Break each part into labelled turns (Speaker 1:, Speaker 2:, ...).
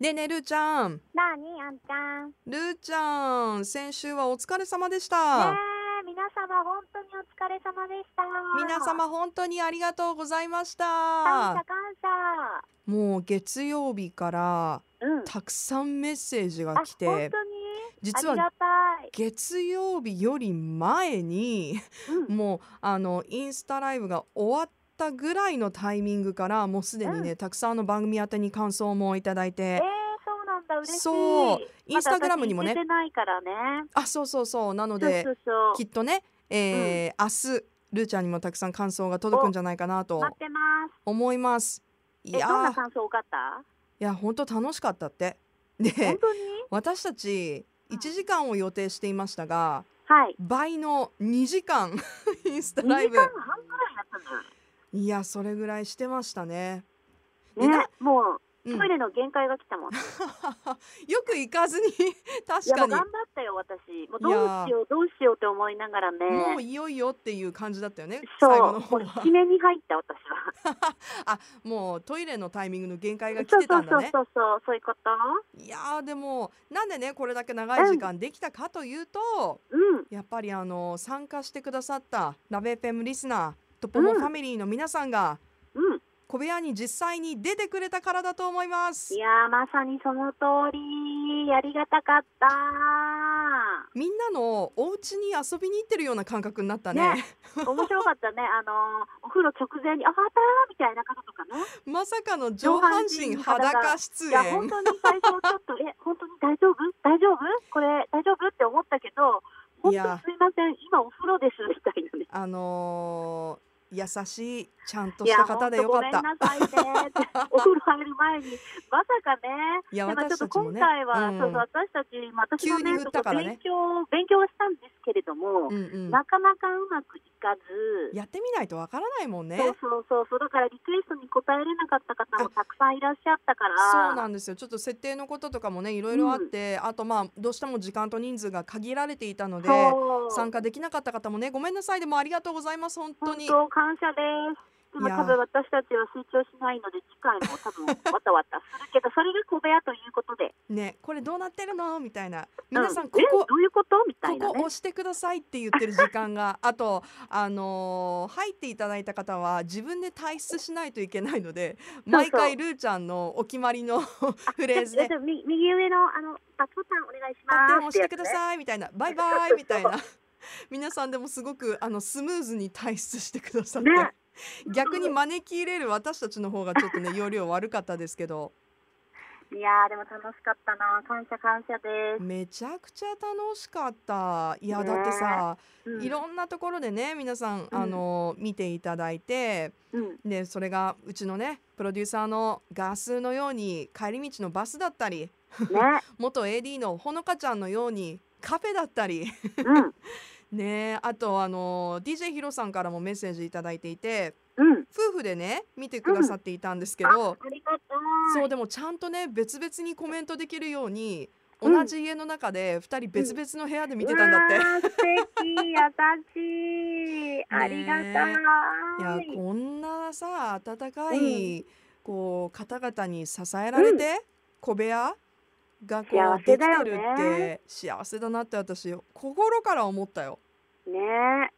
Speaker 1: ねえねえるーちゃん
Speaker 2: なあにあんちゃん。ね
Speaker 1: るーちゃん先週はお疲れ様でし
Speaker 2: え
Speaker 1: た、
Speaker 2: 皆様本当にお疲れ様でした。
Speaker 1: 皆様本当にありがとうございまし
Speaker 2: 感謝
Speaker 1: た
Speaker 2: 感謝。
Speaker 1: もう月曜日から
Speaker 2: うん。
Speaker 1: たくさんメッセージが
Speaker 2: あ
Speaker 1: 来
Speaker 2: 本
Speaker 1: て
Speaker 2: 当に。
Speaker 1: 実
Speaker 2: あり
Speaker 1: は
Speaker 2: がたい。
Speaker 1: 月曜日より前 に
Speaker 2: うん。
Speaker 1: もうあのインスタライブが終わったぐらいのタイミングからもうすでにね、たくさんの番組宛てに感想もいただい
Speaker 2: え
Speaker 1: て
Speaker 2: ー、そうなんだ嬉しい。
Speaker 1: そうインスタグラムにも
Speaker 2: ま
Speaker 1: ね
Speaker 2: だ私行けてないからね。
Speaker 1: あそうそうそうなの
Speaker 2: そう
Speaker 1: で
Speaker 2: そうそう
Speaker 1: きっとね、えー明日ルーちゃんにもたくさん感想が届くんじゃないかなと
Speaker 2: 待ってます。
Speaker 1: 思いますい
Speaker 2: え
Speaker 1: や
Speaker 2: どんな
Speaker 1: ー
Speaker 2: 感想多かった？
Speaker 1: いや本当楽しかったって
Speaker 2: 本
Speaker 1: で
Speaker 2: 当に？
Speaker 1: 私たち
Speaker 2: うん
Speaker 1: 1時間を予定していましたが
Speaker 2: はい。
Speaker 1: 倍の2時間 インスタ
Speaker 2: 二
Speaker 1: ライ
Speaker 2: 時
Speaker 1: ブ
Speaker 2: 間半ぐらいやったんだよ
Speaker 1: いやそれぐらいしてましたね、え
Speaker 2: ね。ね
Speaker 1: な
Speaker 2: もう
Speaker 1: うん
Speaker 2: トイレの限界が来たもん。
Speaker 1: よく行かずに
Speaker 2: いやも
Speaker 1: 確
Speaker 2: う
Speaker 1: か
Speaker 2: 頑張ったよ私。もうどうしようどうしようって思いながら
Speaker 1: にもう
Speaker 2: ね。
Speaker 1: いよいよっていう感じだったよね
Speaker 2: そ
Speaker 1: 最後の
Speaker 2: う。も
Speaker 1: 方
Speaker 2: う
Speaker 1: は
Speaker 2: 決めに入った私は。
Speaker 1: もうトイレのタイミングの限界が来
Speaker 2: そう
Speaker 1: てたんだね
Speaker 2: そうそうそうそういうこと。
Speaker 1: いやーでもなんでねこれだけ長い時間できたかというと、
Speaker 2: うん。
Speaker 1: やっぱりあの参加してくださったラベペムリスナートポモ
Speaker 2: うん
Speaker 1: ファミリーの皆さんが
Speaker 2: うん。
Speaker 1: 小部屋に実際に出てくれたからだと思います
Speaker 2: いやーまさにその通りありがたか った
Speaker 1: みんなのお家に遊びに行ってるような感覚になったね
Speaker 2: ね面白かったねあのーお風呂直前にあまたみたいなこととかね
Speaker 1: まさかの上半身
Speaker 2: 上半身
Speaker 1: 裸
Speaker 2: 裸
Speaker 1: 出
Speaker 2: いや本
Speaker 1: 演
Speaker 2: 当に最初ちょっと え本当に大丈夫大丈夫これ大丈夫って思ったけど本当
Speaker 1: い
Speaker 2: に
Speaker 1: や
Speaker 2: すいません今お風呂ですみたいなね
Speaker 1: あのー優しいちゃんと
Speaker 2: い
Speaker 1: し
Speaker 2: や
Speaker 1: た方でよかった
Speaker 2: 本当ごめんなさいねって お風呂入る前にまさかね
Speaker 1: いや
Speaker 2: でも
Speaker 1: 私
Speaker 2: ちょ
Speaker 1: た
Speaker 2: っと
Speaker 1: ちも
Speaker 2: 今
Speaker 1: ね
Speaker 2: 回は、
Speaker 1: うん
Speaker 2: そうそう私たち、まあ、私も
Speaker 1: 急に
Speaker 2: ね
Speaker 1: 振ったからね
Speaker 2: そこ勉強勉強はしたんですけれど
Speaker 1: う
Speaker 2: も、
Speaker 1: んうん
Speaker 2: なかなかうまくいかず、
Speaker 1: やってみないとわからないもんね
Speaker 2: そうそうそうそうだからリクエストに答えれなかった方もたくさんいらっしゃったから
Speaker 1: そうなんんですよちょっと設定のこととかもねいろいろあって、あとまあどうしても時間と人数が限られていたので
Speaker 2: そう
Speaker 1: 参加できなかった方もねごめんなさいでもありがとうございます本当
Speaker 2: 本
Speaker 1: に
Speaker 2: 当感謝ですでも
Speaker 1: いや
Speaker 2: 多分私たちは成長しないので次回も多分わたわたする けどそれが小部屋ということで
Speaker 1: ねこれどうなってるのみたいな皆さん
Speaker 2: う
Speaker 1: こ
Speaker 2: え
Speaker 1: こ、
Speaker 2: どういうことみたい
Speaker 1: こ
Speaker 2: な
Speaker 1: こ
Speaker 2: ね
Speaker 1: 押してくださいって言ってる時間があとあのー入っていただいた方は自分で退出しないといけないので毎回ルーちゃんのお決まりのフレーズで
Speaker 2: じゃあみ右上のあのバツボタンお願いし
Speaker 1: バッ
Speaker 2: ます
Speaker 1: テン押してくだ
Speaker 2: ってやつね
Speaker 1: さいみたいなバイバイみたい な皆さんでもすごくあのスムーズに退出してくださって、
Speaker 2: ね
Speaker 1: 逆に招き入れる私たちの方がちょっとね容量悪かったですけど
Speaker 2: いやーでも楽しかったな感謝感謝です、
Speaker 1: めちゃくちゃ楽しかったいや
Speaker 2: ね
Speaker 1: だってさ、
Speaker 2: うん、
Speaker 1: いろんなところでね皆さん、
Speaker 2: うん
Speaker 1: あの見ていただいて
Speaker 2: うん
Speaker 1: でそれがうちのねプロデューサーのガスのように帰り道のバスだったり
Speaker 2: ね、
Speaker 1: 元 AD のほのかちゃんのようにカフェだったり。
Speaker 2: うん
Speaker 1: ねえあとあの DJ ヒロさんからもメッセージいただいていて
Speaker 2: うん
Speaker 1: 夫婦でね見てくださっていたんですけど、
Speaker 2: ありがとう
Speaker 1: そうでもちゃんとね別々にコメントできるように
Speaker 2: うん
Speaker 1: 同じ家の中で2人別々の部屋で見てたんだって、
Speaker 2: て素敵優しいありがたい
Speaker 1: いやこんなさ温かい、
Speaker 2: う
Speaker 1: こう方々に支えられて、小部屋がこう
Speaker 2: 幸
Speaker 1: でき
Speaker 2: せだよ
Speaker 1: てる
Speaker 2: ね
Speaker 1: って幸せだなって私心から思ったよ。う
Speaker 2: ね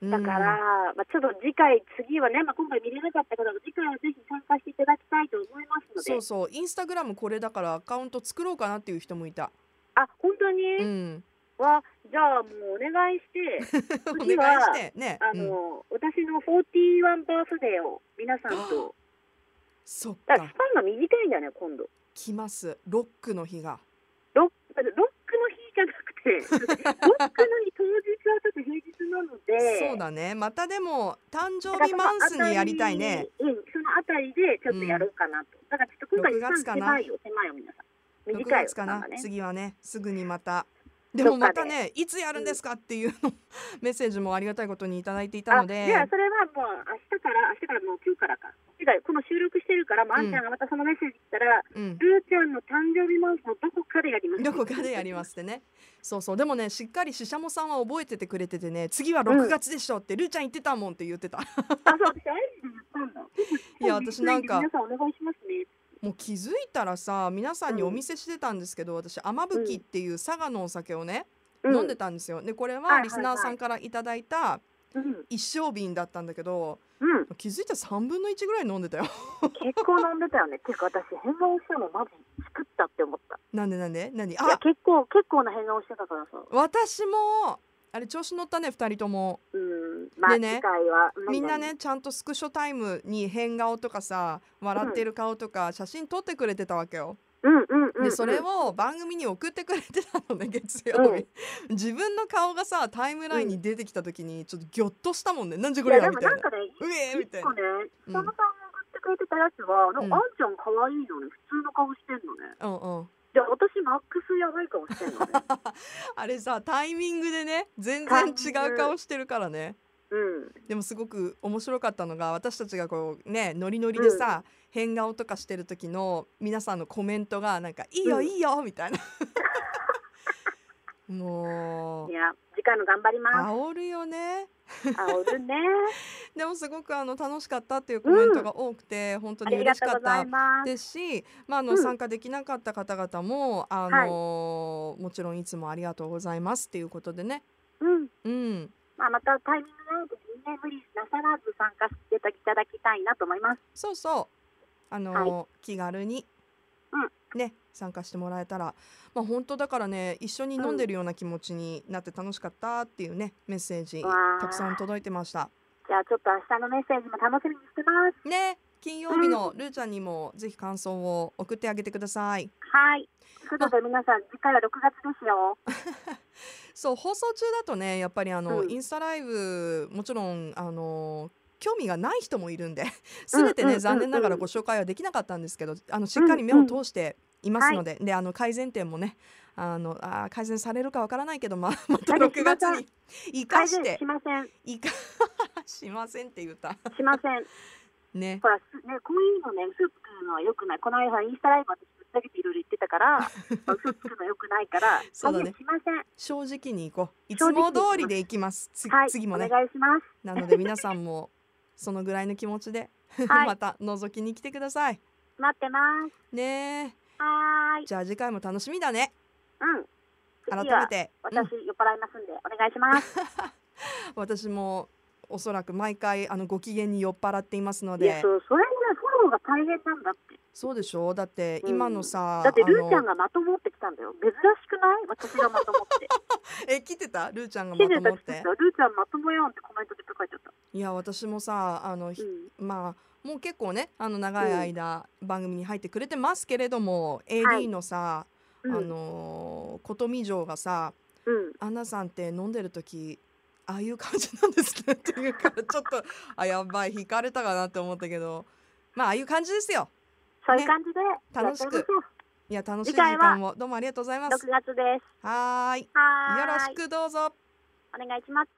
Speaker 1: ん
Speaker 2: だから、まあ、ちょっと次回次はね、まあ、今回見れなかった方も次回はぜひ参加していただきたいと思いますので
Speaker 1: そうそうインスタグラムこれだからアカウント作ろうかなっていう人もいた。
Speaker 2: あ本当
Speaker 1: う
Speaker 2: に、
Speaker 1: ん
Speaker 2: はじゃあもうお願いして
Speaker 1: お願い
Speaker 2: 次は
Speaker 1: してね、
Speaker 2: あ
Speaker 1: うん
Speaker 2: の、私の41バースデーを皆さんと
Speaker 1: そっ
Speaker 2: だから
Speaker 1: か
Speaker 2: スパンが短いんだよね今度
Speaker 1: 来ますロックの日が
Speaker 2: ロックロックの日じゃなくて ロックの日当日はちょっと平日なので
Speaker 1: そうだねまたでも誕生日マンスにやりたいね
Speaker 2: うんそのあたりでちょっとやろうかなと、だからちょっと今回
Speaker 1: 6月
Speaker 2: 一
Speaker 1: か
Speaker 2: 番
Speaker 1: な
Speaker 2: 狭いよ狭いよ皆さん
Speaker 1: 6
Speaker 2: 短いよ
Speaker 1: 月かな、
Speaker 2: なんね
Speaker 1: 次はねすぐにまたでもまたねいつやるんですかっていうの メッセージもありがたいことにいただいていたの
Speaker 2: あ
Speaker 1: で
Speaker 2: じゃあそれはもう明日から明日からもう今日からか次回この収録してるからもうあんちゃんがまたそのメッセージ来たら、
Speaker 1: うん
Speaker 2: ルーちゃんの誕生日マンスのどこかでやります
Speaker 1: どこかでやりますってねそうそうでもねしっかりししゃもさんは覚えててくれててね次は6月でしょって、ルーちゃん言ってたもんって言ってた
Speaker 2: あそう私アイジで言ったんだ
Speaker 1: いや私なんか
Speaker 2: 皆さんお願いしますね
Speaker 1: もう気づいたらさ皆さんに
Speaker 2: うん
Speaker 1: お見せしてたんですけど、私天吹っていう佐賀のお酒をね、
Speaker 2: うん、
Speaker 1: 飲んでたんですよでこれ
Speaker 2: いはい
Speaker 1: は
Speaker 2: はい
Speaker 1: リスナーさんからいただいた
Speaker 2: うん、うん、
Speaker 1: 一升瓶だったんだけど気づいたら3分の1ぐらい飲んでたよ
Speaker 2: 結構飲んでたよね。ていうか私変顔したのマジ作ったって思った。
Speaker 1: なんでなんで何
Speaker 2: いや
Speaker 1: あ
Speaker 2: 結構結構な変顔してたからさ。
Speaker 1: 私もあれ調子乗ったね2人とも
Speaker 2: うん、まあ、
Speaker 1: でね
Speaker 2: 次回は
Speaker 1: みんなねちゃんとスクショタイムに変顔とかさ笑ってる顔とか写真撮ってくれてたわけよ。
Speaker 2: うんうんうん、うん、
Speaker 1: でそれを番組に送ってくれてたの ね月曜日、自分の顔がさタイムラインに出てきた時にちょっとギョッとしたもんねなんじゃこ
Speaker 2: い
Speaker 1: り
Speaker 2: や
Speaker 1: ゃみ
Speaker 2: でも
Speaker 1: たい
Speaker 2: な
Speaker 1: なん
Speaker 2: かね
Speaker 1: うえーみたい
Speaker 2: 一
Speaker 1: な
Speaker 2: 個ね
Speaker 1: うん
Speaker 2: 佐野さんが送ってくれてたやつは、なん
Speaker 1: うん
Speaker 2: かあんちゃん可愛いのに普通の顔してんのね。
Speaker 1: うんうん
Speaker 2: で私マックスやばい顔してん のね。
Speaker 1: あれさタイミングでね全然違う顔してるからね
Speaker 2: うん
Speaker 1: でもすごく面白かったのが私たちがこうねノリノリでさ、変顔とかしてる時の皆さんのコメントがなんか「いいよ
Speaker 2: うん
Speaker 1: いいよ」みたいな も
Speaker 2: いうや次回の頑張ります。
Speaker 1: 煽るよね
Speaker 2: あおるね。
Speaker 1: でもすごくあの楽しかったっていうコメントが多くて、 本当
Speaker 2: あ
Speaker 1: に
Speaker 2: りが
Speaker 1: 嬉し
Speaker 2: とう
Speaker 1: か
Speaker 2: ご
Speaker 1: っ
Speaker 2: ざ
Speaker 1: た
Speaker 2: います。
Speaker 1: ですし、まあ、あの
Speaker 2: うん
Speaker 1: 参加できなかった方々も、あのもちろんいつもありがとうございますっていうことでね。
Speaker 2: うん。
Speaker 1: うん
Speaker 2: まあ、またタイミングが合うとみんな無理なさらず参加していただきたいなと思います。
Speaker 1: そうそうあの、
Speaker 2: は
Speaker 1: 気軽に、
Speaker 2: う
Speaker 1: ね参加してもらえたらまあ本当だからね一緒に飲んでるような気持ちになって楽しかったっていうねメッセージ
Speaker 2: うわー
Speaker 1: たくさん届いてました
Speaker 2: じゃあちょっと明日のメッセージも楽しみにしてます。
Speaker 1: ね金曜日のルーちゃんにもぜひ感想を送ってあげてください
Speaker 2: はい。ということで皆さん次回は6月ですよ。
Speaker 1: そう放送中だとねやっぱりあの、
Speaker 2: うん
Speaker 1: インスタライブもちろんあの興味がない人もいるんで 全てね、
Speaker 2: うんうんうんうん
Speaker 1: 残念ながらご紹介はできなかったんですけどあのしっかり目を通していますので、であの改善点もねあのあー改善されるかわからないけど、まあ、 また
Speaker 2: まだ
Speaker 1: 6月に生かし
Speaker 2: 改善
Speaker 1: て
Speaker 2: しません。
Speaker 1: 生か しませんって言った
Speaker 2: しま せん。
Speaker 1: ね
Speaker 2: ほら、すね、こういうのね、スープ作るのは良くない。この間インスタライブ私ぶっちゃけていろいろ言って たから、スープ作るの良くないから、
Speaker 1: そうだね
Speaker 2: 改善しません。
Speaker 1: 正直にいこういつ
Speaker 2: 正直に
Speaker 1: も通りでいきますつ
Speaker 2: はい。
Speaker 1: 次もね
Speaker 2: お願いします。
Speaker 1: なので皆さんもそのぐらいの気持ちで、
Speaker 2: はい
Speaker 1: また覗きに来てください
Speaker 2: 待ってます。
Speaker 1: ねえ
Speaker 2: はーい。
Speaker 1: じゃあ次回も楽しみだね
Speaker 2: うん。
Speaker 1: 改
Speaker 2: 次は
Speaker 1: めてうん
Speaker 2: 私酔っ払いますんで、お願いします。
Speaker 1: 私もおそらく毎回あのご機嫌に酔っ払っていますの
Speaker 2: いや、
Speaker 1: で
Speaker 2: そう、それぐらいフォローが大変なんだって。
Speaker 1: そうでしょうだって
Speaker 2: うん
Speaker 1: 今のさ、
Speaker 2: だってルーちゃ
Speaker 1: あ
Speaker 2: ん
Speaker 1: の
Speaker 2: がまともってきたんだよ珍しくない私がまともって
Speaker 1: え来てたルーちゃんが
Speaker 2: シ
Speaker 1: ま
Speaker 2: ェ
Speaker 1: と
Speaker 2: た
Speaker 1: もっ
Speaker 2: ち
Speaker 1: て
Speaker 2: ルーちゃんまともやんってコメントで書いちゃった、
Speaker 1: いや私もさあの、ひ
Speaker 2: うん、
Speaker 1: まあもう結構ねあの長い間番組に入ってくれてますけれども、
Speaker 2: は
Speaker 1: AD
Speaker 2: い
Speaker 1: のさ、
Speaker 2: うん
Speaker 1: あのー琴美嬢がさ
Speaker 2: うん
Speaker 1: 「アンナさんって飲んでる時ああいう感じなんですね」っていうからちょっとあやばい引かれたかなって思ったけどまあああいう感じですよ。
Speaker 2: そういう感じで、
Speaker 1: 楽しく
Speaker 2: やっていきましょう
Speaker 1: いや楽しい時
Speaker 2: 次回は
Speaker 1: 間をどうもありがとうございま
Speaker 2: 6
Speaker 1: す。
Speaker 2: 月です
Speaker 1: はーい、
Speaker 2: はーい
Speaker 1: よろしくどうぞ。
Speaker 2: お願いします